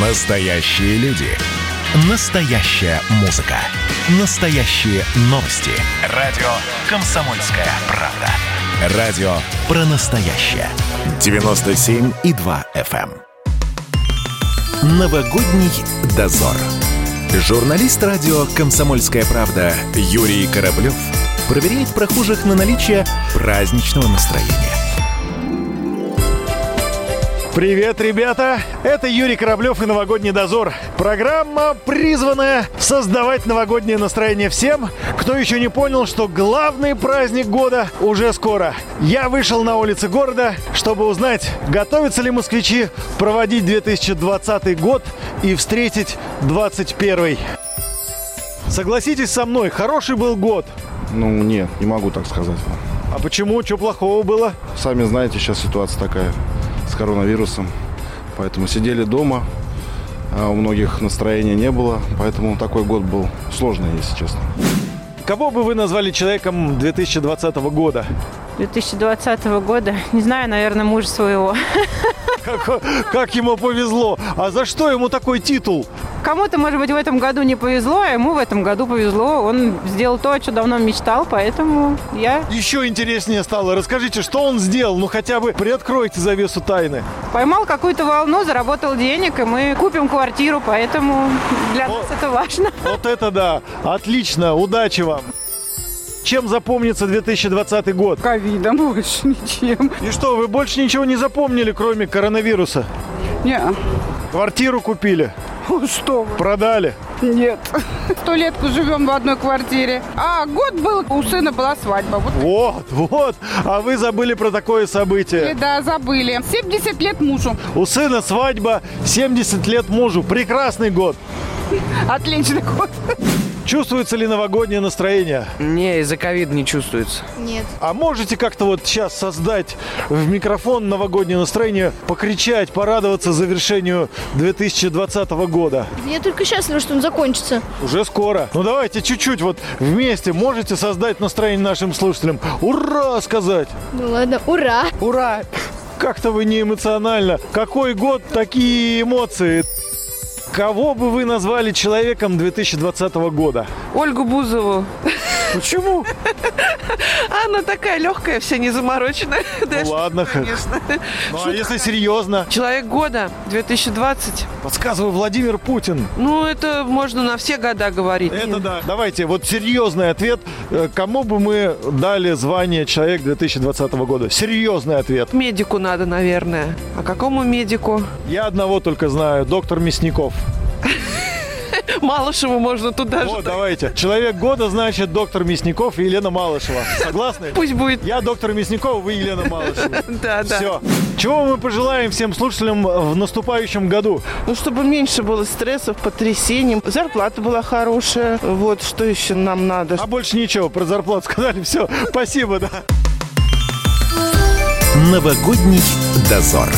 Настоящие люди. Настоящая музыка. Настоящие новости. Радио Комсомольская правда. Радио про настоящее. 97,2 FM. эм. Новогодний дозор. Журналист радио «Комсомольская правда» Юрий Кораблев проверяет прохожих на наличие праздничного настроения. Привет, ребята! Это Юрий Кораблев и «Новогодний дозор». Программа, призванная создавать новогоднее настроение всем, кто еще не понял, что главный праздник года уже скоро. Я вышел на улицы города, чтобы узнать, готовятся ли москвичи проводить 2020 год и встретить 2021. Согласитесь со мной, хороший был год. Ну, не, не могу так сказать. А почему? Что плохого было? Сами знаете, сейчас ситуация такая с коронавирусом. Поэтому сидели дома, а у многих настроения не было, поэтому такой год был сложный, если честно. Кого бы вы назвали человеком 2020 года? 2020 года? Не знаю, наверное, мужа своего. Как, как ему повезло? А за что ему такой титул? Кому-то, может быть, в этом году не повезло, а ему в этом году повезло. Он сделал то, о чем давно мечтал, поэтому я... Еще интереснее стало. Расскажите, что он сделал? Ну, хотя бы приоткройте завесу тайны. Поймал какую-то волну, заработал денег, и мы купим квартиру, поэтому для Вот. нас это важно. Вот это да! Отлично! Удачи вам! Чем запомнится 2020 год? ковидом больше ничем. И что, вы больше ничего не запомнили, кроме коронавируса? Не, Квартиру купили, ну что вы, продали. нет. Сто летку живем в одной квартире. А год был, у сына была свадьба. Вот. Вот, вот. А вы забыли про такое Или, событие. Да, забыли. 70 лет мужу. У сына свадьба, 70 лет мужу. Прекрасный год. Отличный год. Чувствуется ли новогоднее настроение? Не, из-за ковида не чувствуется. Нет. А можете как-то вот сейчас создать в микрофон новогоднее настроение, покричать, порадоваться завершению 2020 года? Я только счастлива, что он закончится. Уже скоро. Ну давайте чуть-чуть вот вместе можете создать настроение нашим слушателям. Ура сказать! Ну ладно, ура! Ура! Как-то вы не эмоционально. Какой год, такие эмоции. Кого бы вы назвали человеком 2020 года? Ольгу Бузову. Почему? Она такая легкая, вся не замороченная. Да, Ну ладно, х- конечно. ну а если серьезно? Человек года 2020. Подсказываю, Владимир Путин. Ну, это можно на все года говорить. Это да. Давайте, вот серьезный ответ. Э, Кому бы мы дали звание человек 2020 года? Серьезный ответ. Медику надо, наверное. А какому медику? Я одного только знаю, доктор Мясников. Малышеву можно туда Вот, же. так. давайте. Человек года, значит, доктор Мясников и Елена Малышева. Согласны? Пусть будет. Я доктор Мясников, вы Елена Малышева. Да, да. Все. Чего мы пожелаем всем слушателям в наступающем году? Ну, чтобы меньше было стрессов, потрясений. Зарплата была хорошая. Вот, что еще нам надо? А больше ничего, про зарплату сказали, все, спасибо, да. Новогодний дозор.